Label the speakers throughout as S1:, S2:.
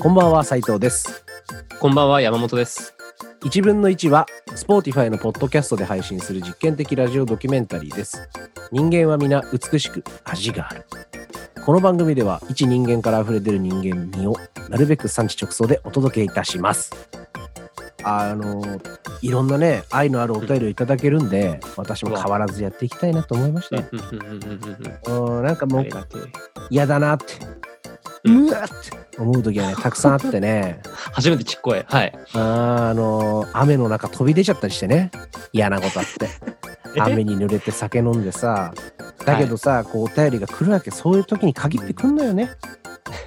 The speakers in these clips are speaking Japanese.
S1: こんばんは斉藤です
S2: こんばんは、山本です。
S1: 1分の1は Spotify のポッドキャストで配信する実験的ラジオドキュメンタリーです人間は皆美しく味があるこの番組では一人間から溢れ出る人間味をなるべく産地直送でお届けいたしますあのいろんなね愛のあるお便りをいただけるんで私も変わらずやっていきたいなと思いました
S2: うん
S1: ね、
S2: うんうんうんうん
S1: うん、なんか
S2: うん
S1: も
S2: あ
S1: う
S2: りがてえ
S1: 嫌だなって
S2: うん
S1: うわって思う時はねたくさんあってね
S2: 初めてちっこい。はい。
S1: あーあのー雨の中飛び出ちゃったりしてね嫌なことあって 雨に濡れて酒飲んでさだけどさ、こうお便りが来るわけそういう時に限ってくんのよね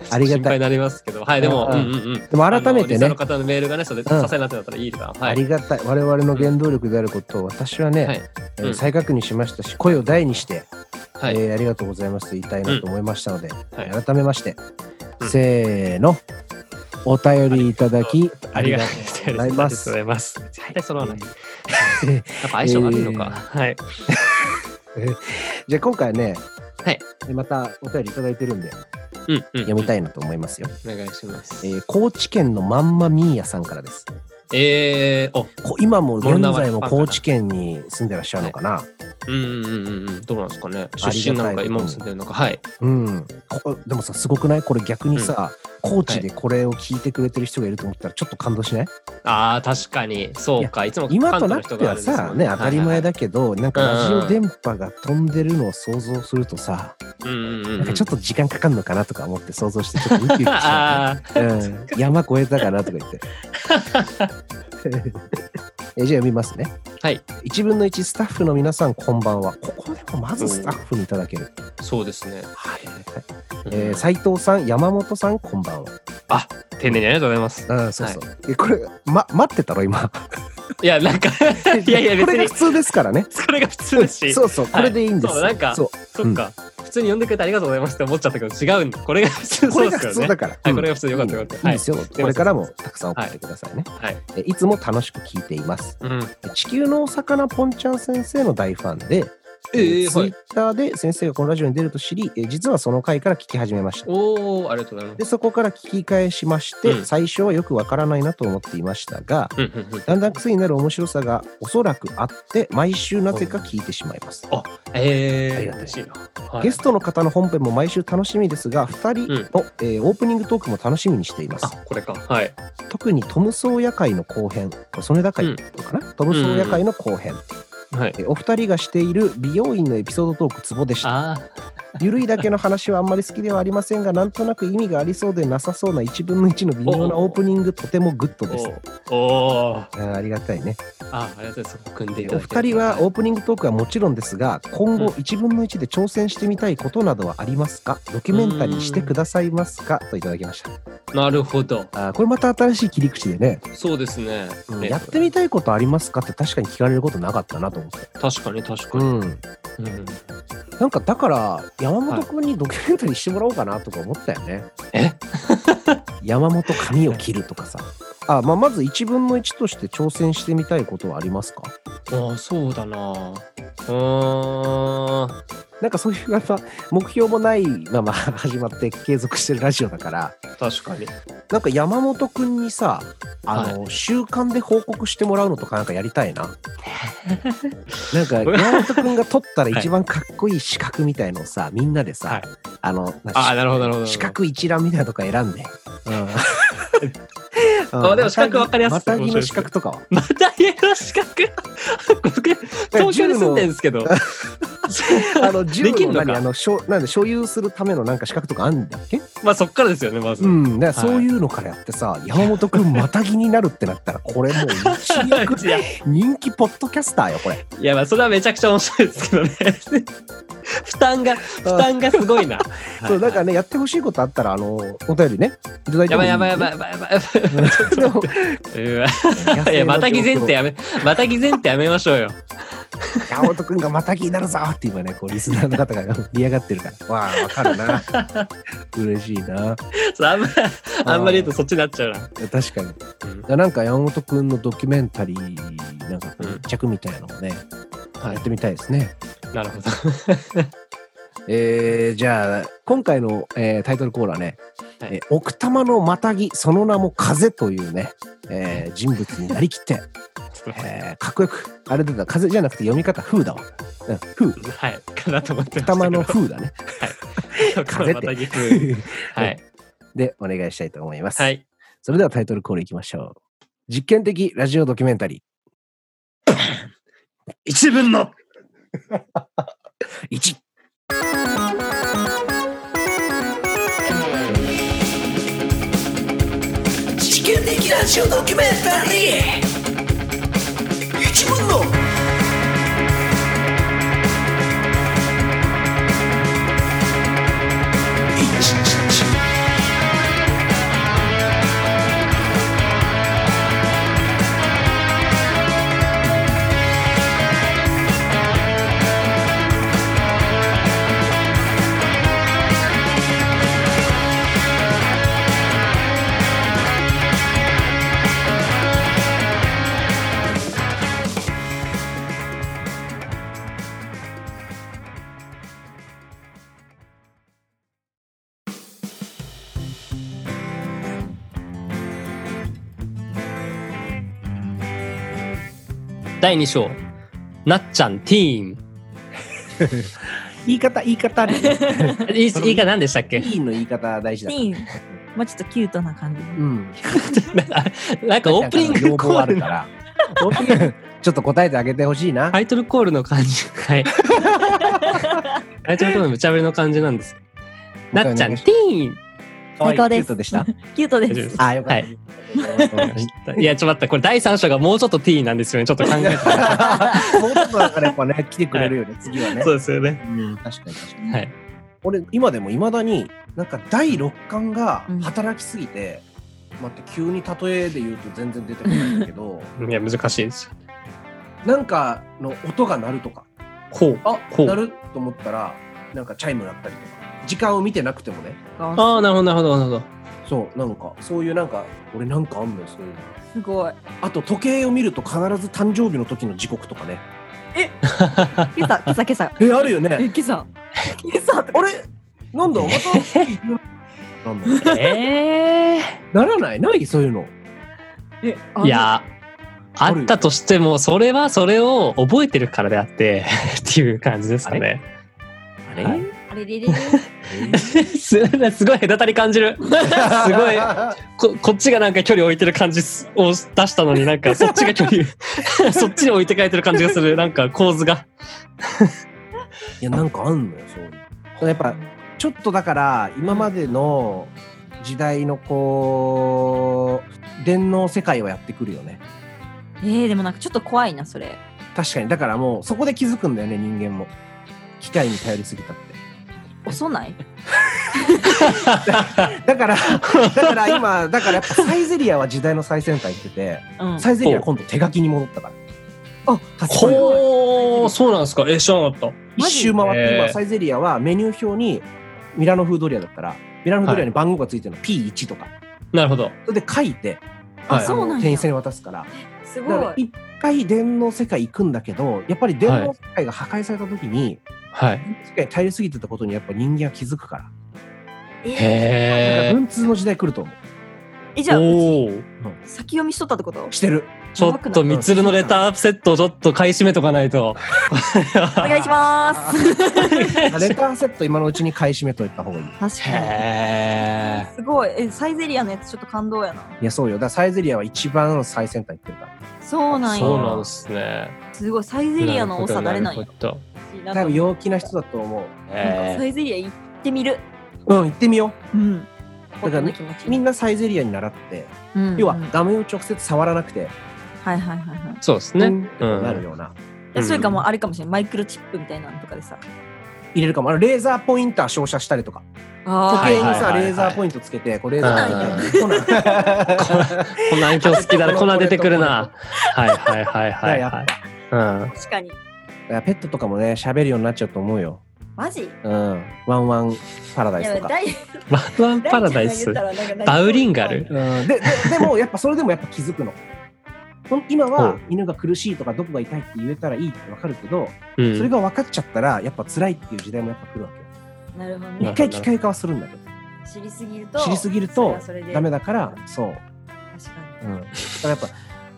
S1: ありが
S2: 心
S1: た
S2: 配
S1: い
S2: になりますけど、はい、でも、
S1: う
S2: うんん
S1: う
S2: うんんうん。
S1: でも改めて
S2: あのリスナー
S1: ね
S2: の方のメールがね、それ、支
S1: うん
S2: えになってなったらいいな。は
S1: あ
S2: い。
S1: りがたい我々の原動力であることを私はね、
S2: はい
S1: えー
S2: うん
S1: 再確認しましたし声を大にして、
S2: はい。
S1: えーありがとうございますと言いたいなと思いましたので、
S2: はい
S1: 改めまして、
S2: うん
S1: せーのお便りいただきありがとうございます
S2: あり。がとうございます。絶対揃わない。やっ
S1: えー
S2: ぱ相性悪いのか。はい。
S1: じゃあ今回ね、
S2: はい、
S1: またお便りいただいてるんで
S2: うんうん。
S1: 読みた
S2: い。
S1: いなと思いますよ。
S2: お願いします
S1: え。ー高知県のまんまみーやさんからです。
S2: えー、お、
S1: こ今も現
S2: モ
S1: 在
S2: ルナ
S1: も
S2: ワパンかな
S1: 高知県に住んでらっしゃるのかな、
S2: うんうんうんうん。どうなんですかね。出身な
S1: ありがた
S2: のか、
S1: い
S2: 今も住んでるのか。はい。
S1: うんこでもさすごくないこれ逆にさ、高知でこれを聞いてくれてる人がいると思ったらちょっと感動しない、
S2: ああ、確かに。そうか。いつも
S1: 今
S2: 関
S1: と
S2: 東
S1: な
S2: の
S1: って
S2: 人が
S1: は
S2: あるんです
S1: さ、
S2: もん
S1: ね当たり前だ
S2: け
S1: けど、なんかラジオ電波が飛んでるのを想像するとさ、
S2: ど。うんうんうん
S1: な
S2: うん
S1: か
S2: ん。
S1: ちょっと時間かかるのかなとか思って想像してちょっとウキウキしち ゃう
S2: あ
S1: うん、山越えたかなとか 言って。えじゃあ読みますね。
S2: あ、はい。
S1: 1分の1スタッフの皆さんこんばんは。ここでもまずスタッフにいただける。
S2: そうですね。
S1: はい。
S2: う
S1: えー、
S2: ん
S1: 斉藤さん、山本さんこんばんは。
S2: 丁寧にありがとうございます。
S1: うん、そうそう。えこれ、ま、待ってたろ、今。
S2: い や、なんか、 いやいや、
S1: これが
S2: 別
S1: 普通ですからね。
S2: に、それが普通ですし、そ
S1: そうそう、これでいいんですよ。
S2: そうなんか
S1: そ
S2: っか、普通に呼んでくれてありがとうございますって思っちゃったけど、違うんだ。これが普通
S1: うこ
S2: そ
S1: れ
S2: うで
S1: が
S2: す
S1: 普
S2: よ
S1: 通
S2: ね。
S1: だから。
S2: はい、
S1: うん
S2: これが普通よかったよかっ
S1: い
S2: た。
S1: い
S2: は
S1: で
S2: い。
S1: すよ。これからもたくさん送ってくださいね。
S2: はい。
S1: えいつも楽しく聞いています。
S2: うん。
S1: 地球のお魚ポンちゃん先生の大ファンで、
S2: えー
S1: ツ
S2: は
S1: イ
S2: い
S1: ッター Twitter で先生がこのラジオに出ると知り、えー実はその回から聞き始めました。
S2: おー、ありがとうございま。
S1: ですそこから聞き返しまして、
S2: うん
S1: 最初はよくわからないなと思っていましたが、
S2: うんうんうん。
S1: だんだん癖になる面白さがおそらくあって、毎週なぜか聞いてしまいます。
S2: えー、
S1: ありがたい
S2: 嬉しいな。はい
S1: ゲストの方の本編も毎週楽しみですが、2人
S2: うん
S1: の、えーオープニングトークも楽しみにしています
S2: あ。、これか。はい。
S1: 特にトム・ソーヤ会の後編、これ曽根田会とかな、トム・ソーヤ会の後編、
S2: はい。
S1: えーお二人がしている美容院のエピソードトークツボでした。
S2: あ
S1: ゆるいだけの話はあんまり好きではありませんが、なんとなく意味がありそうでなさそうな1分の1の微妙なオープニング、とてもグッド
S2: ー、
S1: です。
S2: おー。
S1: あーありがたいね。
S2: あ、ありがとうございます。組んでいた
S1: お
S2: だいて
S1: 二人はオ
S2: お
S1: ープニングトークはもちろんですが、今後
S2: うん
S1: 1分の1で挑戦してみたいことなどはありますかドキュメンタリーしてくださいますかといただきました。
S2: なるほど。
S1: あーこれまた新しい切り口でね、
S2: そうですね。
S1: うん
S2: ね
S1: やってみたいことありますかって確かに聞かれることなかったなと思って。
S2: 確かに、確
S1: う
S2: かに。
S1: ん。
S2: うん
S1: なんかだから、山本君にドキュメンタリーしてもらおうかなとか思ったよね。
S2: え
S1: 山本髪を切るとかさ。あ、まあ、まず1分の1として挑戦してみたいことはありますか
S2: ああ、そうだな。うーん。
S1: なんかそういうやっぱ目標もないまま始まって継続してるラジオだから
S2: 確かに。
S1: なんか山本くんにさあの、習慣で報告してもらうのとかなんかやりたい ななんか山本くんが取ったら一番かっこいい資格みたいのをさみんなでさ、
S2: はい
S1: あの
S2: ああ、なるほど、なるほど。
S1: 四角一覧みたいなのとか選ん で。う
S2: あでも四角わかりやすい
S1: またぎの四角とかは。
S2: また家の資 格僕、東京に住んでるんですけど。
S1: あの、銃
S2: できん
S1: の
S2: のか
S1: 何あの、しょなんで所有するためのなんか資格とかあんだっけ
S2: まあそっからですよね、まず。
S1: うん。だからそういうのからやってさ、山本くんまたぎになるってなったら、これもう一躍
S2: いや
S1: 人気ポッドキャスターよ、これ。
S2: いや、まあそれはめちゃくちゃ面白いですけどね。 負担が、負担がすごいな。
S1: そう、だから
S2: ね。
S1: ね、やってほしいことあったら、あの、お便りね、いただいても
S2: やば
S1: いい
S2: いやばいやばい
S1: い。
S2: やばいやばいやばい。
S1: でも
S2: うわいや、またぎ前提やめ、またぎ前提やめましょうよ。
S1: 山本君がまた気になるぞって今ね、こうリスナーの方が盛り上がってるから、わあ、わかる な。嬉しいな。
S2: そうあんまあんまり言うとそっちになっちゃうな。
S1: 確かに。だなんか山本君のドキュメンタリー、なんかこう密着みたいなのもね、
S2: はい
S1: やってみたいですね。
S2: なるほど。
S1: えーじゃあ今回の、えータイトルコーナーね、
S2: はい
S1: えー奥多摩のまたぎその名も風というね、えー人物になりきって、えーかっこよくあれだな風じゃなくて読み方風だわ、うん、風奥
S2: はい。かなと思って
S1: 多
S2: ましたけ
S1: 摩
S2: ど。
S1: の風だね風って
S2: またぎ風はい。
S1: でお願いしたいと思います、
S2: はい。
S1: それではタイトルコールいきましょう実験的ラジオドキュメンタリ
S2: 一分
S1: ー
S2: の
S1: 1
S3: 地球的ラジオドキュメンタリー一文の
S2: 第二章。なっちゃんティーン。
S1: 言い方言い方あるよね
S2: いいいいか何でしたっ
S1: テ
S2: け
S1: ィーンの言い方大事だから
S4: いいもうちょっとキュートな感じで。
S1: うん
S2: なんかオープニング
S1: 要
S2: コ
S1: 望あ
S2: ー
S1: る
S2: ル
S1: か
S2: の
S1: らオープニングちょっと答えてあげてほしいな
S2: タイトルコールの 感じ。はい。タイトルコールの無茶ぶりの感じなんです。なっちゃんティーン。
S4: 最高
S1: キ
S4: です
S1: ュートでした。
S4: キュートで
S2: 大丈夫です
S4: す。
S1: あ、よか
S2: は
S1: っ
S2: い。いや、ちょっと待って、これ第三章がもうちょっとティーンなんですよね。ちょっと考え て。
S1: た。もうちょっとだからやっぱね、来てくれるよね、次はね。
S2: そうですよね。
S1: うん、確かに確かに。
S2: はい。
S1: 俺、今でもいまだに、なんか第六感が
S4: うん
S1: 働きすぎて、待って、急に例えで言うと全然出てこないんだけど、
S2: いや、難しいです。
S1: なんかの音が鳴るとか、
S2: こう。
S1: あ、
S2: ほう
S1: 鳴ると思ったら、なんかチャイム鳴ったりとか、時間を見てなくてもね、
S2: ああ、なるほど、なるほど、なるほど。
S1: そう、なんか、そういうなんか、俺なんかあんのよ、そういうの。
S4: すごい。
S1: あと、時計を見ると必ず誕生日の時の時刻とかね。
S4: 今朝、今朝、今朝。
S1: え、あるよ
S4: え
S1: ね。
S4: 今朝。今朝。
S1: あれなんだまたなんだ
S2: え
S1: ならないないそういうの。
S4: え、あ
S2: ー、い。やあ
S1: ある
S2: ったとしてもそれはそれを覚えてるからであってっていう感じですかね。
S1: あ
S2: れ
S1: はい
S4: あれれれれ。
S2: す すごい隔たり感じ るすご いここっちがなんか距離置いてる感じすを出したのになんかそっちが距離 そっちに置いてかれてる感じがするなんか構図が。
S1: いや、なんかあんのよ、そういうの。やっぱ、ちょっとだから、今までの時代のこう、電脳世界はやってくるよね。
S4: えー、でもなんかちょっと怖いな、それ。
S1: 確かに。だからもう、そこで気づくんだよね、人間も。機械に頼りすぎたって。
S4: 遅ない
S1: だから、 だから今、だからやっぱサイゼリアは時代の最先端行ってて、
S4: うん。
S1: サイゼリア今度手書きに戻ったから。あ、確かに。
S2: ほうそうなんですかえ知らなかっ
S1: 一周回っ
S2: マジ
S1: て、
S2: え
S1: 今
S2: ー
S1: サイゼリアはメニュー表にミラノフードリアだったら、ミラノフードリアに番号がついてるの P1 とか。
S2: た。なるほど。
S1: それで書いて、
S2: は
S1: あ
S2: い
S4: そうなん
S1: の
S4: や
S1: 店員さんに渡すから。
S4: す
S1: だから。一回電脳世界行くんだけど、やっぱり電
S2: は
S1: 脳
S2: い
S1: 世界が破壊された時に、
S2: はい。
S1: 世界に頼りすぎてたことにやっぱ人間は気づくから。
S4: え
S1: だから
S2: へえ。
S1: 文通の時代来ると思う。
S4: ー、え、じゃあ、
S2: おお。
S4: 先読みしとったってこと
S1: してる。
S2: ちょっとみつるのレターアップセットをちょっと買い占めとかないと。
S4: お願いします。
S1: レターセット今のうちに買い占めといた方がいい。
S4: 確か
S2: へ
S4: に。すごい。え、サイゼリアのやつちょっと感動やな。
S1: いや、そうよ。だからサイゼリアは一番最先端行ってるから。
S4: そうな
S2: え。
S4: ん
S2: そう
S4: や。
S2: なんですね。
S4: すごい。サイゼリアの多さ誰なんや
S2: る。ほど
S4: な
S1: 多
S4: んか
S1: 分陽気な人だと思う。
S2: へ
S4: サイゼリア行ってみる。
S1: うん、行ってみよ
S4: うん。
S1: だからね
S4: 気持ち
S1: う。みんなサイゼリアに習って、
S4: うん
S1: 要は
S4: うん
S1: 画面を直接触らなくて、
S4: はいはいはいはい
S2: え。そうです
S1: ね、
S2: ね。
S1: なるような、
S4: えそれかもうあれかもしれないマイクロチップみたいなのとかでさ
S1: 入れるかもあのレーザーポインター照射したりとか時
S4: あ
S1: 計に
S2: はいはい
S1: さ
S2: はいはい
S1: レーザーポイントつけてこうレーザーポイントコナン
S2: コ ナン今日好きだな。コナン出てくるな。はいはいはい
S1: だから
S2: はい
S1: やっ
S2: はい。
S1: ぱ
S2: うん。
S4: 確かに
S1: からペットとかもね、喋るようになっちゃうと思うよ。
S4: マジい
S1: うん。ワンワンパラダイス
S4: や
S1: とか。
S4: ダイ
S2: ワンワンパラダイス。バウリンガル。
S1: うん、でででもやっぱそれでもやっぱ気づくの。ほん今
S2: う
S1: は
S2: ん
S1: 犬が苦しいとかどこが痛いって言えたらいいって分かるけど、
S2: うん
S1: それが分かっちゃったらやっぱ辛いっていう時代もやっぱ来るわけよ。
S4: なるほど
S2: な
S4: ね
S1: 一回機械化はするんだけど
S4: 知りすぎると
S1: 知りすぎると
S4: それはそれで
S1: ダメだからそう、
S4: 確か
S1: うん、だからやっぱ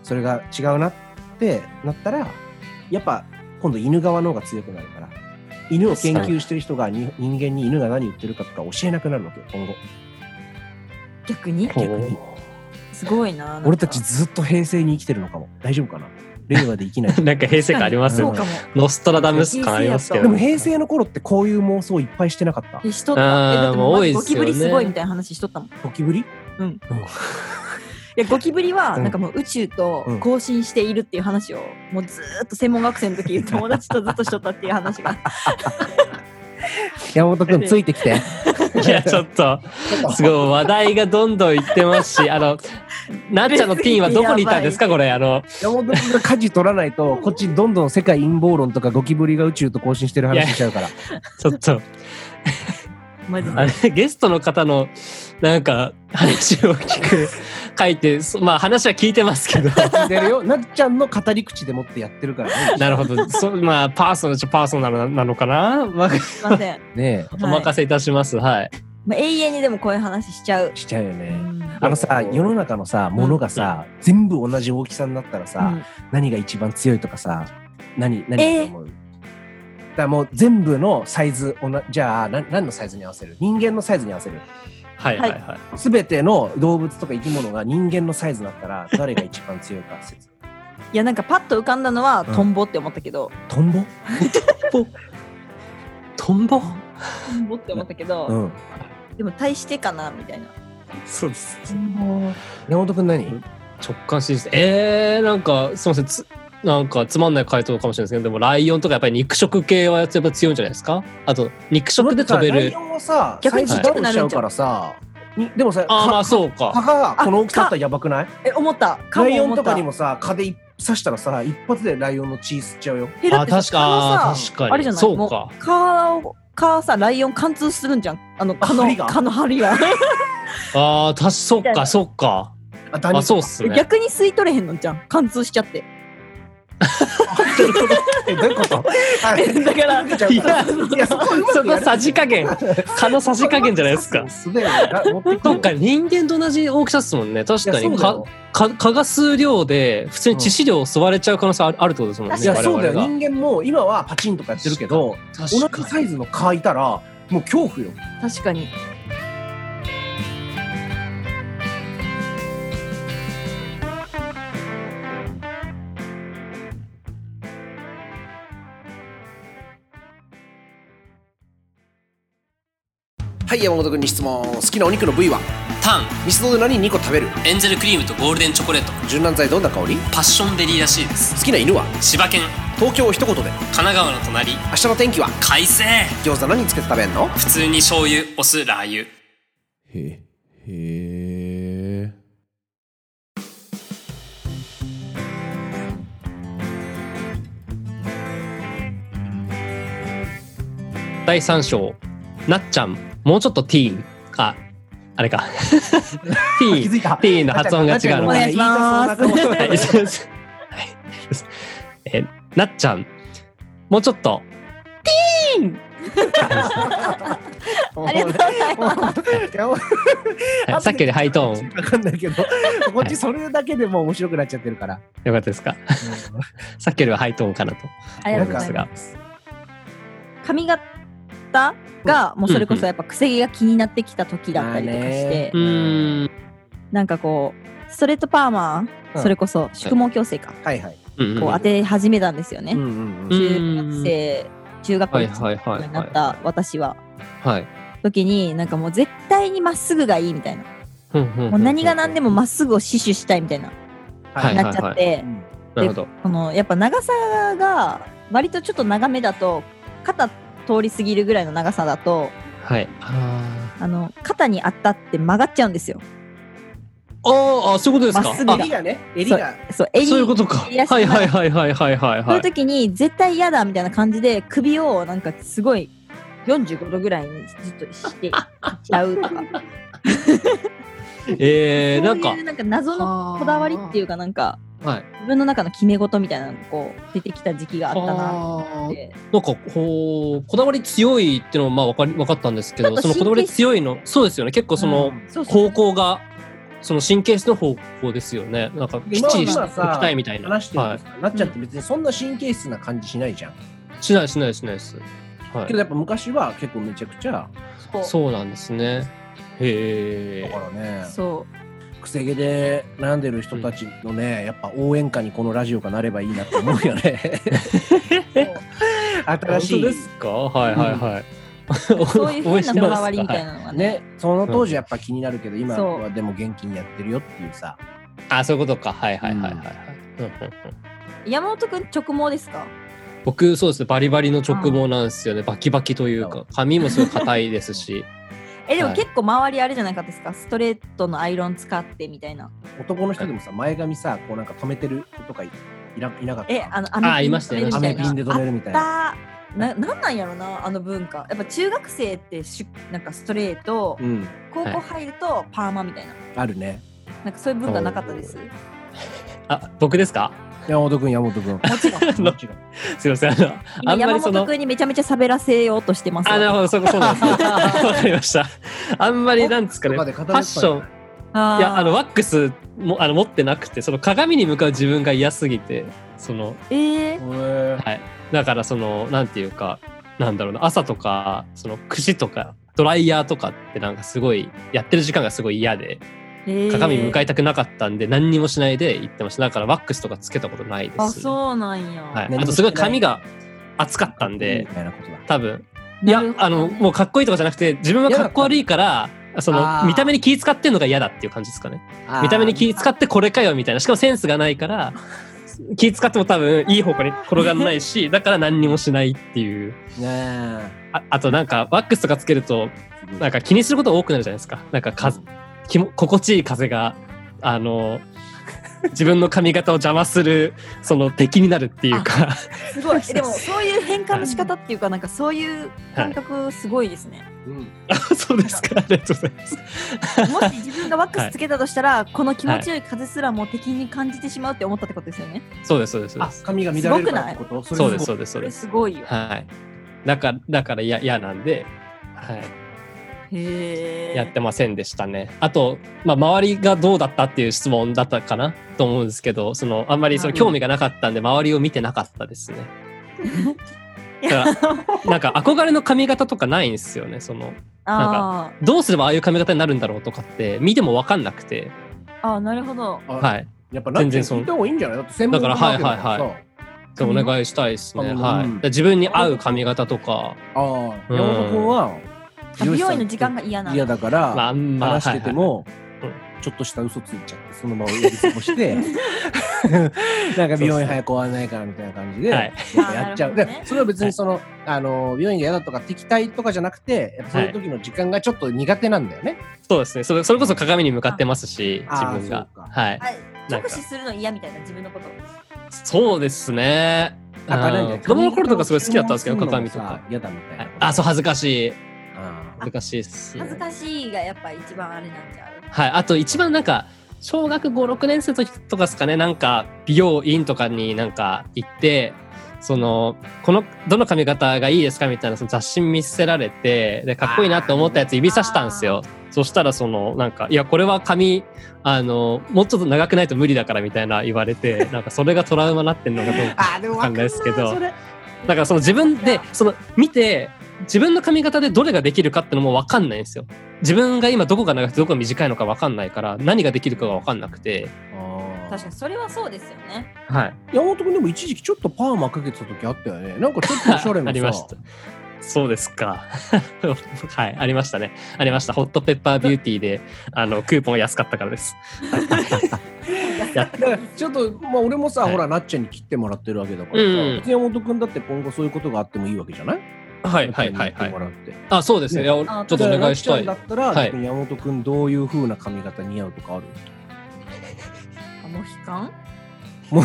S1: それが違うなってなったらやっぱ今度犬側の方が強くなるから犬を研究してる人がに人間に犬が何言ってるかとか教えなくなるわけよ今後
S4: に逆に
S1: 逆に
S4: すごいななんか
S1: 俺たちずっと平成に生きてるのかも大丈夫かな令和で生きない
S2: なんか平成感あります
S4: そ
S2: よ
S4: う
S2: ね。
S4: かも
S2: ノストラダムス感ありますけ
S1: で
S2: ど
S1: も。平成の頃ってこういう妄想いっぱいしてなかった
S4: えしとっ
S2: あ
S4: た
S2: ー
S4: えだって
S2: もう多いっすよね
S4: ゴキブリすごいみたいな話しとったもんい
S1: ゴキブリ
S4: やゴキブリは
S1: うん
S4: なんかもう宇宙と
S1: うん
S4: 交信しているっていう話をもうずーっと専門学生の時友達とずっとしとったっていう話が
S1: 山本君ついてきて
S2: いや、ちょっと、すごい話題がどんどんいってますし、あの、なっちゃんのティーンはどこにいたんですか、これ。あの、
S1: 山本君が舵取らないとこっちどんどん世界陰謀論とかゴキブリが宇宙と交信してる話しちゃうから
S2: ちょっと、
S4: マジで
S2: あれ、ゲストの方の、なんか、話を聞く、書いて、そまあ話は聞いてますけど、
S1: 聞いてるよ。なっちゃんの語り口でもってやってるからね。
S2: なるほど。そまあ、パーソナルっちゃパーソナルななのかなわか
S4: すいません、
S1: ね
S2: お任せいたします。はい。
S4: まあ、永遠にでもこういう話しちゃう
S1: え、しちゃうよ
S4: う
S1: ね。
S4: ん
S1: あのさ、世の中のさ、ものがさ、全部同じ大きさになったらさ、
S4: うん
S1: 何が一番強いとかさ、何、何だと思う、だからもう全部のサイズおな、じゃあな何のサイズに合わせる人間のサイズに合わせる。
S2: はいはいはい。
S1: すべての動物とか生き物が人間のサイズになった ら、誰が一番強いか説。
S4: いやなんかパッと浮かんだのは
S1: うん
S4: トンボって思ったけど、
S1: トンボ
S2: トンボ
S4: トンボって思ったけど、
S1: うん。
S4: でも対してかなみたいな
S2: そうです。
S1: 山本くん何
S2: 直感信じて。えー、なんか、すみません。つなんかつまんない回答かもしれないですけどでもライオンとかやっぱり肉食系はやっぱ強いんじゃないですかあと肉食で飛べ
S1: ライ
S2: る
S1: オンはさ、
S4: 逆
S1: サ
S4: に
S1: イズダウンしちゃうからさ、にでもさ、
S2: ああまあそう
S1: 蚊
S2: か
S1: がこの大きさだったらやばくない
S4: え思ったか
S1: ライ
S4: も
S1: オ
S4: 思
S1: ン
S4: っ
S1: とか
S4: た
S1: にもさ蚊で一刺したらさ一発でライオンの血吸っちゃうよ
S4: ペロっ
S2: あ
S4: てさ
S2: 確かあー確かに
S4: あれじゃない
S2: そうか
S4: 蚊を蚊さライオン貫通するんじゃんあの蚊
S1: 針
S4: の
S1: が
S4: 蚊の針が
S2: ああ確かそっ
S4: みたい
S2: か
S4: な
S2: そっか
S1: あダニ
S2: あそうっすね
S4: 逆に吸い取れへんのじゃん貫通しちゃって
S1: えどういうこと あれ
S4: だから
S1: ちゃう
S2: いや
S1: いやそこうま
S2: そ
S1: くや
S2: こ
S1: る
S2: さじ加 減蚊のさじ加減じゃないですか
S1: すげえな持ってくる
S2: そっか人間と同じ大きさですもんね確か
S1: いやそ
S2: に
S1: うだよ
S2: 蚊蚊蚊が吸う量で普通に致死量を吸われちゃう可能性あるあるってことですもんね
S1: いやそうだ
S2: 我々
S1: よ
S2: が
S1: 人間も今はパチンとかやってるけど同
S2: 確
S1: じ
S2: か
S1: サイズの蚊いたらもう恐怖よ
S4: 確かに
S1: はい山本君に質問好きなお肉の部位は
S2: タン
S1: ミスドで何2個食べる
S2: エンゼルクリームとゴールデンチョコレート
S1: 柔軟剤どんな香り
S2: パッションベリーらしいです
S1: 好きな犬は
S2: 千葉県
S1: 東京を一言で
S2: 神奈川の隣
S1: 明日の天気は
S2: 快晴
S1: 餃子何つけて食べんの
S2: 普通に醤油お酢ラー油
S5: へ、へー。
S2: 第3章なっちゃんもうちょっとティーンあ あれかテ
S1: 気
S2: ィーン
S1: づいた
S2: ティーンの発音が違うの
S4: お願いします
S1: 言いたそうな
S2: は
S1: 顔
S2: いそうですはいえなっちゃんもうちょっと
S4: ありがとうござ います
S1: もう
S2: はいさっきよりハイトーン
S1: わかんないけど、こっちそれだけでもう面白くなっちゃってるから。
S2: よかったですかさっきよりはハイトーンかなと
S4: あり
S2: 思い
S4: がとう
S2: ま
S4: ござ
S2: す
S4: いま
S2: が
S4: す髪型がもうそれこそやっぱ癖毛が気になってきた時だったりとかして、
S2: うーん
S4: なんかこうストレートパーマ
S1: うん
S4: ーそれこそ宿毛矯正か、
S1: はいはい。
S2: うんうん
S4: こう当て始めたんですよね、
S1: うんうんうん。
S4: 中学生中学校
S2: はい
S4: 1
S2: はいはい
S4: になっ
S2: は
S4: た私はい
S2: はい
S4: 時になんかもう絶対にまっすぐがいいみたいなも
S2: も
S4: う何が何で
S2: も
S4: もまっすぐを死守したいみたいな
S2: はい
S4: なっちゃって
S1: うん
S2: なるほど
S4: このやっぱ長さが割とちょっと長めだと肩通り過ぎるぐらいの長さだと
S2: はいあ
S4: あの肩に当たって曲がっちゃうんですよ
S2: ーああ、そういうことですか。
S4: まっすぐ
S2: あ
S4: だ
S1: 襟がね、襟が。
S4: そう、襟。
S2: そういうことか。
S4: 襟足
S2: はいはいはいはいはいはい
S4: そう
S2: はい
S4: いう時に絶対嫌だみたいな感じで首をなんかすごい45度ぐらいにずっとしていっちゃうとか
S2: えー、なん
S4: そ
S2: か
S4: うい、うなんか謎のこだわりっていうかなんか
S2: はい。
S4: 自分の中の決め事みたいなのがこう出てきた時期があったなと思って
S2: なんかこうこだわり強いっていうのはまあわかりわかったんですけ
S4: ちょ
S2: ど
S4: っと
S2: そのこだわり強いのそうですよね結構その
S4: そうそう
S2: 方向がその神経質の方向ですよねなんかきっ
S1: 今
S2: ちりしてお
S1: 今
S2: き
S1: さ
S2: たいみたいな
S1: 話してるん
S2: は
S1: ですなっちゃんって別にそんな神経質な感じしないじゃん。
S2: い、しないしないしないです、は
S1: けどやっぱ昔は結構めちゃくちゃ、
S4: そう
S2: い、そうなんですね
S1: だ
S2: へ
S1: からね、
S4: そ
S1: くせ毛で悩んでる人たちのね、やっぱ応援歌にこのラジオがなればいいなって思うよ ね。
S2: え
S1: 新し
S2: 本
S1: い
S2: 当ですかはいはいはい、
S4: うそういう
S2: 応
S4: 風
S2: 援し
S4: な
S2: て
S4: こ
S2: ます
S4: だわりみたいなのがね
S1: ね、その当時やっぱ気になるけど、今
S4: そ
S1: はでも元気にやってるよっていうさ。
S2: あそういうことかはいはいはいはいはい、うんうんうん
S4: 山本くん直毛ですか
S2: 僕そうですねバリバリの直毛なんですよねバキバキというか髪もすごい硬いです し
S4: えでも
S2: はい
S4: 結構周りあれじゃなかったですかストレートのアイロン使ってみたいな
S1: 男の人でもさ、前髪さ、こうなんか止めてる人とかいいらいなかった。
S4: えあの
S2: あいましたよね
S4: ア
S1: ア
S4: メ
S1: メ
S4: ピン
S1: ピン
S4: 止
S1: で
S4: めるみたい
S1: 止
S4: な
S1: めるみたいな。
S4: だななんなんやろなあの文化やっぱ中学生ってしゅなんかストレート
S1: うん、
S4: 高校入るとパーマみたいな、
S1: あるね。
S4: なんかそういう文化なかったです
S2: あ僕ですか
S1: 山本君、山本君。もちろん。もちろん。
S2: すいませんあの
S4: 今
S2: あんま
S4: 山
S2: りそ
S4: 本
S2: の
S4: 君にめちゃめちゃ喋らせようとしてます
S2: あ、なるほど、そうそうなん ですね。わかりました。あんまり、なんですかね、
S1: と
S2: フ
S1: で
S2: ァ
S1: 語る人
S2: ッション、
S4: あー
S2: いや、あの、ワックスもあの持ってなくて、その鏡に向かう自分が嫌すぎて、その、
S4: えー、
S1: へ
S2: はい。だから、その、なんていうか、なんだろうな、朝とか、その、櫛とか、ドライヤーとかって、なんかすごい、やってる時間がすごい嫌で、
S4: えー
S2: 鏡に向かいたくなかったんで、何にもしないで行ってました。だから、ワックスとかつけたことないです。
S4: あそうなんや、
S2: はい。
S1: 何も
S2: あと、すごい
S1: してない
S2: 髪が厚かったん
S1: み
S2: で、
S1: たいなことだ。
S2: 多分、い
S4: な
S2: や
S4: るほど
S2: あのもうかっこいいとかじゃなくて自分はかっこ悪いからそ
S1: あ
S2: の
S1: ー
S2: 見た目に気使ってんのが嫌だっていう感じですかね
S1: あー
S2: 見た目に気使ってこれかよみたいなしかもセンスがないから気使っても多分いい方向に転がらな いしだから何にもしないっていう
S1: ね
S2: ああとなんかワックスとかつけると
S1: え。
S2: なんか気にすること多くなるじゃないですかなんかか気も心地いい風があの自分の髪型を邪魔するその敵になるっていうか
S4: すごいえでもそういう変換の仕方っていうかなんかそういう感覚すごいですね、
S1: うん。
S2: そうですかありがとうございます
S4: もし自分がワックスつけたとしたら、この気持ちよい風すらも敵に感じてしまうって思ったってことですよね
S2: そうですそうですそうで
S1: あ
S2: す、
S1: 髪が乱れるからってこと
S2: そうで
S1: そ
S2: すそ
S1: れ
S2: うですそ
S4: そう
S2: で
S4: れ
S2: す
S4: すごいよ
S2: はい。だから、だから嫌嫌なんで、はい、
S4: へえ
S2: やってませんでしたね。あと、まあ、周りがどうだったっていう質問だったかなと思うんですけど、その、あんまりその
S4: はい
S2: 興味がなかったんで、周りを見てなかったですね。だ から、なんか憧れの髪型とかないんですよね。その、
S4: あ
S2: どうすればああいう髪型になるんだろうとかって、見てもわかんなくて、
S4: ーあーなるほど
S1: あ
S2: はい。
S1: やっぱ全然
S2: 全然
S1: そ
S2: そ
S1: の聞い
S2: の
S1: た方がいいんじゃないだって専
S2: だ
S1: 門
S2: から
S1: 家なわけだ
S2: はいはい
S1: はい。
S2: でお願いしたいですね。
S1: うん
S2: はい。だから自分に合う髪型とか、
S1: ああ、
S2: うん
S1: 山本君は
S4: あ美容院の時間が嫌なの
S1: 嫌だから、
S2: まあ、まあ、
S1: 話してても、
S2: はいは
S1: ちょっとした嘘ついちゃってそのまま呼び過ごして なんか美容院早く終わらないからみたいな感じで、
S2: はい
S1: なんかやっちゃう、
S4: あーなるほどね
S1: でそれは別にその、あの美容院が嫌だとか敵対とかじゃなくてやっぱそういう時の時間がちょっと苦手なんだよね、
S2: そうですねそれ。それこそ鏡に向かってますし、
S1: あ
S2: 自
S1: あ
S2: 分が
S1: そう。か
S2: はい。
S4: あ
S2: なん
S4: 直
S2: か
S4: 視するの嫌みたいな自分のこと
S2: そうですね。
S1: なんかね
S2: うん子供の頃とかすごい好きだったんですけど、
S1: 髪
S2: 鏡
S1: の毛
S2: とか
S1: さ。嫌だみたいな、
S2: はいあ、そう、恥ずかしい。
S1: あー
S2: 恥ずかしいっす、
S4: 恥ず
S2: ね。
S4: かしいがやっぱ一番あれなんちゃう
S2: はい。あと、一番なんか、小学5、6年生の時とかですかね、なんか、美容院とかになんか行って、その、この、どの髪型がいいですかみたいなその雑誌見せられて、で、かっこいいなって思ったやつ指さしたんですよ。そしたら、その、なんか、いや、これは髪、あの、もうちょっと長くないと無理だからみたいな言われて、なんか、それがトラウマになってんのかどうか。
S1: あーでもわかんない
S2: わかんないですけど
S1: それ
S2: だからその自分でその見て自分の髪型でどれができるかってのも分かんないんですよ。自分が今どこが長くてどこが短いのか分かんないから何ができるかが分かんなくて。
S1: あー
S4: 確かにそれはそうですよね
S2: はい。
S1: 山本君でも一時期ちょっとパーマかけてた時あったよねなんかちょっとおしゃれ
S2: あ
S1: な
S2: りました。そうですか。 はい、ありましたね。ありました。ホットペッパービューティーで、あの、クーポンが安かったから です。
S1: だからちょっと、まあ、俺もさ、
S2: はい
S1: ほらなっちゃんに切ってもらってるわけだからさ、
S2: うん
S1: 別に山本君だって今後そういうことがあってもいいわけじゃない
S2: はい、はい、は
S1: なっ
S2: い、
S1: ちゃんに切って
S2: は い
S1: も。らうって
S2: あ、そうですね。いやちょっとお願いしたい
S1: だ。からなっちゃんだったら、
S2: はい
S1: 逆に山本君どういう風な髪型似合うとかある
S4: あモヒカン
S1: も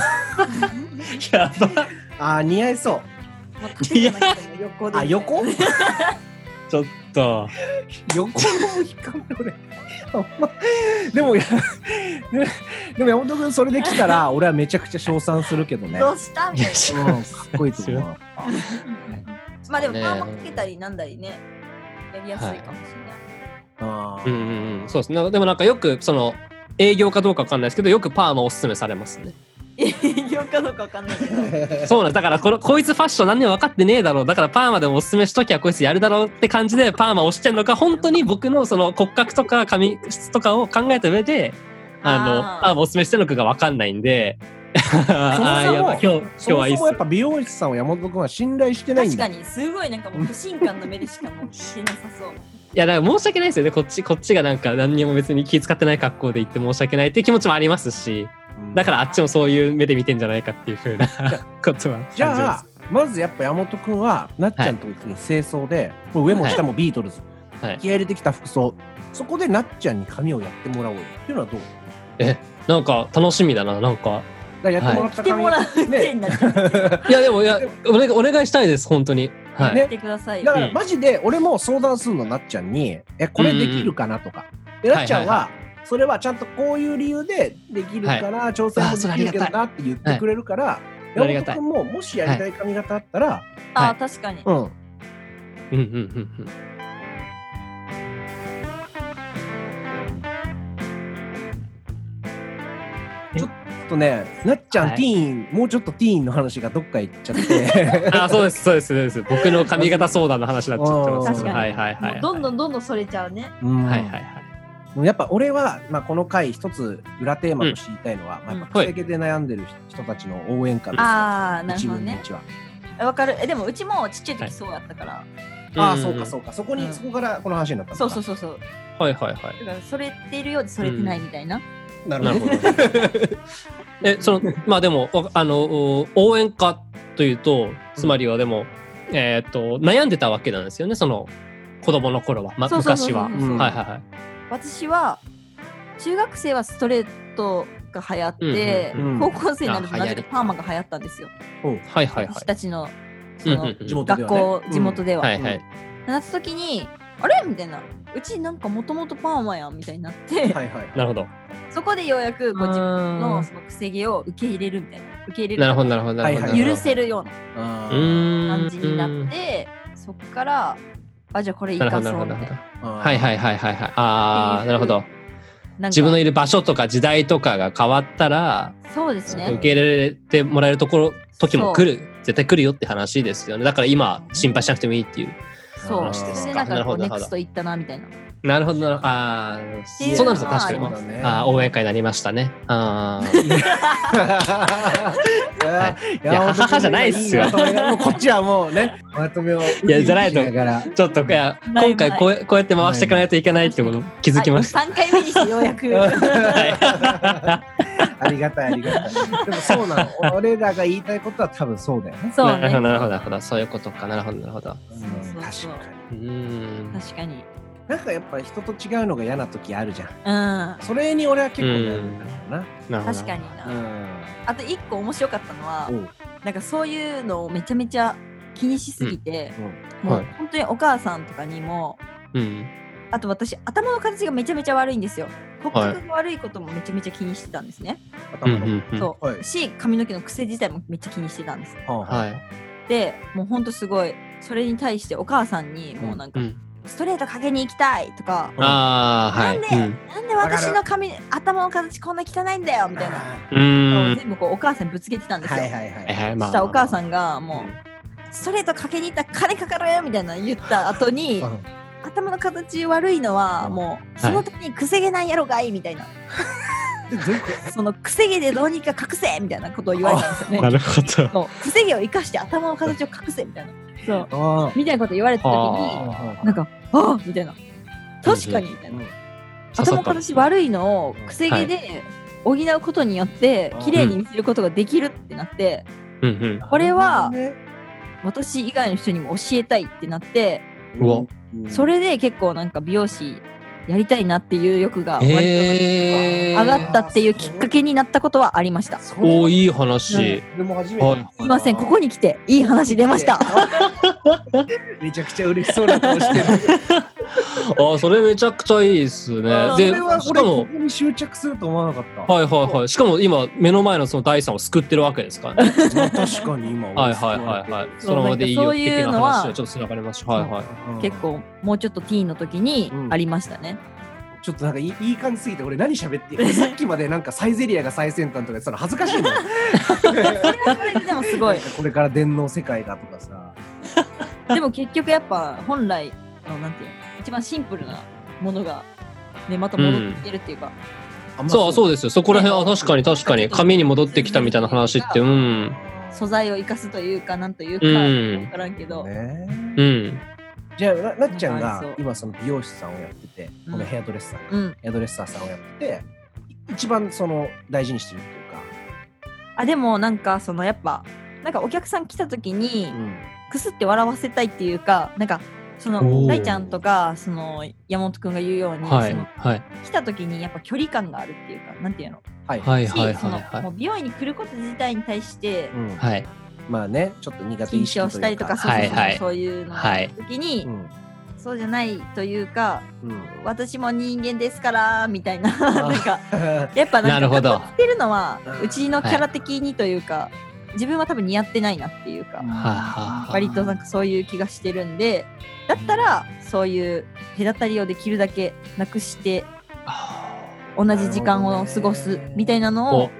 S2: や
S1: あ
S2: ば。
S1: ー似合いそ
S4: まあ縦じゃなくても横
S1: う
S4: で
S1: あ 横
S2: ちょっと。
S1: 横の引っかめ俺 あんまでもいや ででも山本君それできたら俺はめちゃくちゃ称賛するけどね
S4: どうしたみたいな
S1: うんかっこいいと思う
S4: まあでもパ
S2: ね
S4: ーマかけたりなんだりねやりやすいかもしれない、
S1: あ
S2: う
S1: ー
S2: んうんうん。そうですね。でもなんかよく、その、営業かどうかわかんないですけど、よくパーマおすすめされます ね。
S4: 営業かどうかわかんないけど。
S2: そうなんだからこの、こいつファッション何にも分かってねえだろう。だからパーマでもおすすめしときゃこいつやるだろうって感じで、パーマ押してんのか、本当に僕のその骨格とか髪質とかを考えた上で、あの、
S4: あー
S2: パーマおすすめしてるのかが分かんないんで、あーやっ ぱ今日、今日
S1: そも
S2: はいい
S1: そも
S2: っす
S1: やっ。ぱ美容師さんを山本君は信頼してないん
S4: 確
S1: だ
S4: かに、すごいなんかもう不信感の目でしかもう聞けなさ そう。
S2: いや、だから申し訳ないですよね。こっち、こっちがなんか何にも別に気遣ってない格好で行って申し訳ないっていう気持ちもありますし、だからあっちもそういう目で見てんじゃないかっていうふうな ことは感じます。
S1: じゃあまずやっぱ山本君はなっちゃんとこに清掃で、もう上も下もビートルズ、
S2: はい
S1: 気合い入れてきた服装そこでなっちゃんに髪をやってもらおうよっていうのはどう
S2: なんか楽しみだな、なん か。
S1: だからやってもらった
S4: 来て
S1: 髪、
S4: もらう手になっちゃって
S2: いや、でも、いや、お願い、お願いしたいです、本当に。はい。
S1: ね
S4: 来てください
S1: だ
S4: よ。
S1: から
S2: うん
S1: マジで俺も相談するのなっちゃんに、えこれできるかなとか、でなっちゃんは、
S2: はい
S1: それはちゃんとこういう理由でできるから、挑戦もできるけどなって言ってくれるから、
S2: そ
S1: 山
S2: れありが
S1: 本
S2: たい
S1: 君ももしやりたい髪型あったら、
S4: ああ、確かに。
S1: うん
S2: うんうんうんうん。
S1: ちょっとねなっちゃん、
S2: はい
S1: ティーンもうちょっとティーンの話がどっか行っちゃって
S2: あ、そうです、そうです、そうです。僕の髪型相談の話になっちゃってま
S4: 確
S2: す。
S4: かに。
S2: はいはいはい。
S4: もうどんど
S2: ん。
S4: んどんどんそれちゃうね。
S1: うん
S2: はいはいはい。
S1: やっぱ俺は、まあ、この回一つ裏テーマとして言いたいのは、まあ、やっぱ
S2: はい
S1: 癖毛で悩んでる人たちの応援歌ですよ、
S4: ああ、なる
S1: 一
S4: ほど
S1: 分の
S4: ね。
S1: 一は。
S4: わかる。え、でもうちもちっちゃい
S2: はい
S4: 時そうだったから。
S1: ああ、そうか
S2: う
S1: そうか。そこに、
S4: うん
S1: そこからこの話になったのか
S4: そうそうそうそう。
S2: ん。はいはいはい。
S4: だから、それているようでそれてないみたいな。
S1: なる
S2: な
S1: ほ
S2: る
S1: ど
S2: ほ。ど。え、その、 まあでも、わあの、お応援歌というと、つまりはでも、えっと、悩んでたわけなんですよね、その、子供の頃は、ま、
S4: そうそうそ
S2: 昔
S4: うそう
S2: は。はい
S1: うん
S2: はいはい。
S4: 私は、中学生はストレートが流行って
S2: うん
S1: うんうん、
S4: 高校生になるとなぜ
S2: あ流
S4: か
S2: 行る
S4: パーマが流行ったんですよ。
S2: はいはいは
S4: 私たちの、そ
S2: い。うんうん
S4: の、
S2: うん
S1: 地元で
S4: 学校
S1: は、ね
S4: 地元では。
S2: はいはい。
S4: なった時にあれみたいなうちなんかもともとパーマやんみたいになって
S1: はいはい。
S2: なるほど。
S4: そこでようやくこう自分
S2: あー
S4: のそのくせ毛を受け入れるみたいな受け入れ
S2: なる
S4: る
S2: ほど、なるほど、なるほ
S1: はいはい
S2: ど。
S4: 許せるような
S1: あ
S2: う
S1: ー
S2: ーん。
S4: 感じになってそっからあじゃあこれいい
S2: なるほ
S4: か
S2: ど、な
S4: そ
S2: るほ
S4: う
S2: ど。な
S4: み
S2: る
S4: たい
S2: ほ
S4: な
S2: どはいはいはいはいはい。ああ、
S4: っていう
S2: なるほど。
S4: なんか
S2: 自分のいる場所とか時代とかが変わったら、
S4: そうです
S2: 受
S4: ね
S2: け入れてもらえるところ、時も来る、絶対来るよって話ですよね。だから今、心配しなくてもいいっていう。
S4: そ
S1: あ
S4: う
S1: ー
S4: それでなん
S2: な
S4: か
S2: る
S4: こ
S2: ほ
S4: う
S2: ど
S4: ネ
S2: なるほ
S4: ク
S2: ど
S4: スト行ったなみたいな
S2: なるほどなるほど。あ
S4: てい
S2: あ、
S4: う
S2: そうなんですよ、
S4: の
S2: 確か
S4: は
S2: に。
S4: あり
S1: ますね
S2: ああ、応援会になりましたね。あ
S1: い
S2: いや母じゃないっすよ
S1: いいなそれがもうこっちはもうね、まとめを。
S2: いやじゃないと
S1: ウキウキしがら
S2: あ、ちょっと、いや、
S4: ない
S2: 今回こうこうやって回していかないといけないってこと気づきました。
S4: た3回目にしてよ うやく
S1: ありがたい、ありがたい。でもそうなの。俺らが言いたいことは多分そうだよね。
S4: そう
S2: なるほど、
S4: ね
S2: なるほど、なるほど。そういうことか。なるほど、なるほど。
S1: うん
S4: そうそう
S1: 確
S4: そう
S1: かに。
S2: うーん。
S4: 確かに
S1: なんかやっぱ人と違うのが嫌な時あるじゃん。
S4: うん
S1: それに俺は結構悩んだからな。
S2: なるほど
S4: 確かに
S1: う
S4: なんあと1個面白かったのは
S1: おう
S4: なんかそういうのをめちゃめちゃ気にしすぎて、
S2: うん
S4: も
S2: は
S4: う
S2: い
S4: 本当にお母さんとかにも、
S2: うん。
S4: あと私頭の形がめちゃめちゃ悪いんですよ骨
S2: はい
S4: 格が悪いこともめちゃめちゃ気にしてたんですね、
S2: うん
S1: 頭の。
S2: うん。うん。
S4: そう、
S1: はい
S4: し髪の毛の癖自体もめっちゃ気にしてたんです
S1: は
S2: はい。
S4: でもうほんとすごいそれに対してお母さんにもうなんか、
S2: うん
S4: ストレートかけに行きたいとか、
S2: ああ、はい。
S4: なんで
S2: うん
S4: なんで私の髪頭の形こんな汚いんだよみたいな
S1: あ
S2: うーん。
S4: 全部こうお母さんにぶつけてたんですよ、
S1: はいはい
S2: はい
S1: は。
S2: はいい、
S4: そ
S2: まあ。
S4: したらお母さ
S2: ん
S4: んがもうストレートかけに行ったら金かかるよみたいなの言った後 に、
S1: うん
S4: 頭の形悪いのはもうその時にくせ毛なんやろがいみたいな、
S1: でどういうこ
S4: そのくせ毛でどうにか隠せみたいなことを言われたんですよ
S2: な
S4: ね
S2: るほど。
S4: そうくせ毛を生かして頭の形を隠せみたいなそう
S1: とあー
S4: みたいなこと言われた時に
S1: あ
S4: なんかああみたいな確かにみたいな、
S1: うん
S4: 頭の形悪いのを
S1: うん
S4: くせ毛で補うことによって
S1: うん
S4: 綺麗に見せることができるってなって
S2: うんうん。
S1: ー
S4: これは
S1: なる
S4: 私以外の人にも教えたいってなって
S1: ほどね
S2: う
S1: うん
S4: それで結構なんか美容師やりたいなっていう欲が割と
S2: へえ
S4: 上がったっていうきっかけになったことはありました。す
S2: おーいい話。
S1: でも初め
S2: はい
S4: みません、ここに来ていい話出ました。
S1: めちゃくちゃ嬉しそうな顔してる。
S2: あそれめちゃくちゃいいですね。で
S1: それは
S2: し
S1: 俺
S2: か
S1: こ
S2: も
S1: こに執着すると思わなかった。
S2: はいはいはい。しかも今目の前のその第三を救ってるわけですからね。
S1: まあ確かに今
S2: はいはいはいはい。そのままでいい
S4: そ
S2: よ
S4: う
S2: 的
S4: いう
S2: な
S4: のは
S2: 話はちょっとつながりました。はいはい。
S1: うん
S4: 結構もうちょっとティーンの時にありましたね。
S1: ちょっとなんかいいいい感じすぎて俺何喋ってる さっきまでなんかサイゼリアが最先端とか言ってたの恥ずかしいのよ
S4: でもすごい。
S1: これから電脳世界がとかさ
S4: でも結局やっぱ本来のなんていうの一番シンプルなものがねまた戻ってきてるっていうか、
S1: あんま
S2: そうそう
S1: で
S2: ですよ。そこら辺あ確かに確かに紙に戻ってきたみたいな話ってうん
S4: 素材を生かすというかなんというか、
S2: う
S4: わ
S2: ん
S4: からんけど、
S1: ね
S2: うん
S1: じゃあななっちゃん
S4: なんかありそ
S1: が
S4: う
S1: 今その美容師さんをやってて
S4: うん
S1: このヘアドレッサーか、
S4: うん
S1: ヘアドレッサーさんをやってて一番その大事にしてるっていうか、
S4: あでもなんかそのやっぱなんかお客さん来た時に
S1: うん
S4: くすって笑わせたいっていうかなんかそ
S2: お
S4: の
S2: ー
S4: 大ちゃんとかその山本君が言うように、
S2: はい
S4: その
S2: はい
S4: 来た時にやっぱ距離感があるっていうかなんていうの,、
S1: はい、
S2: はい
S4: し
S2: はい
S4: その
S2: はいは
S4: も
S2: いう
S4: 美容院に来ること自体に対して
S1: うん
S2: はい
S1: まあねちょっと苦手
S4: 緊
S1: 意識
S4: 張したりとかそう
S2: は
S4: そう
S2: いはい
S4: そうそういうの
S2: はい
S4: 時に、
S1: うん
S4: そうじゃないというか
S1: うん、
S4: 私も人間ですからみたいな なんかやっぱ
S2: な
S4: なん
S2: るほ
S4: か
S2: ど
S4: ってるのは
S1: うん
S4: うちのキャラ的にというか、自分は多分似合ってないなっていうか、
S2: はいはいはい
S4: 割となんかそういう気がしてるんでだったらそういう隔たりをできるだけなくして同じ時間を過ごすみたいなの
S2: お
S4: を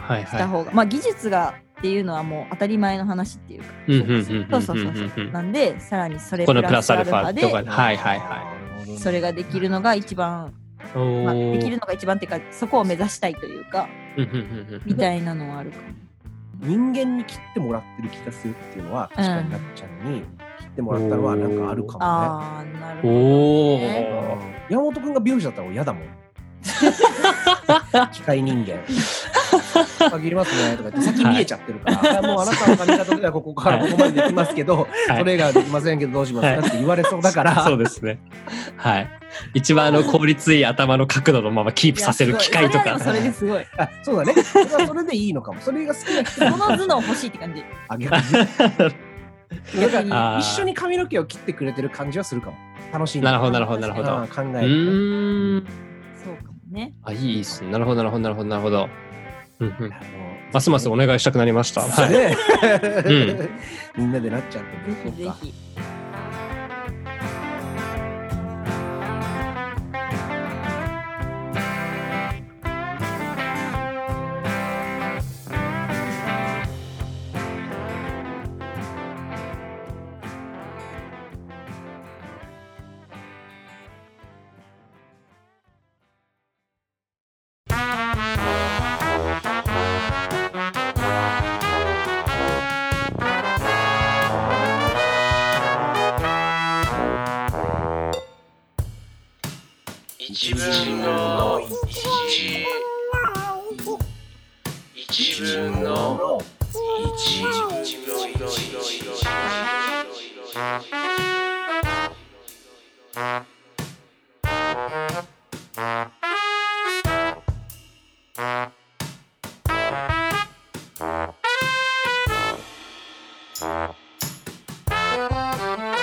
S2: はい
S4: した
S2: は
S4: 方が、まあ技術がっていうのはもう当たり前の話っていうか
S2: うんうんうんうん
S4: そうそうそうそうなんでさらにそ
S2: い
S4: れ
S2: こ
S4: プ
S2: のプ
S4: ラ
S2: ラ
S4: ス
S2: スア
S4: ア
S2: ル
S4: ル
S2: フ
S4: ファ
S2: ァ
S4: で
S2: とかはいはいは
S1: はい
S4: それができるのが一番、
S2: いお
S4: まあ、できる
S2: ー
S4: のが一番っていうかそこを目指したいというか
S2: うんうんうんうん
S4: みたいなのはあるかも。
S1: 人間に切ってもらってる気がするっていうのは確かになっちゃんに切ってもらったのはなんかあるかもね。
S4: ああなるほど。
S2: おお
S1: うん山本君が美容師だったら俺嫌 だもん。機械人間。限りますねとか言って先見えちゃってるから、あもうあなたの髪型ではここからここまでできますけど、それ以外はできませんけどどうしますかって言われそうだから、
S2: そうですねはい一番あの効率いい頭の角度のままキープさせる機械と
S4: い
S2: か
S4: やすごいそれはでもそ れです
S1: あそうだねそれはそれでいいのかもそれが好きな人
S4: ごい。その頭脳欲しいって感じ。
S1: あ 逆に
S4: 逆に。
S2: あー
S1: 一緒に髪の毛を切ってくれてる感じはするかも楽しい
S2: なるほどなるほどなるほど
S1: うん考え
S2: う
S1: るね
S2: ーん
S4: そうかもね。
S2: あいいですねなるほどなるほどなるほどなるほどうんうん
S1: あの
S2: ますますお願いしたくなりました
S1: そ
S2: は
S1: う
S2: い
S1: ね、
S2: う
S1: みんなでなっちゃって
S4: ぜ
S1: も
S4: ひぜひ。
S6: 一分の一一分の一
S1: 「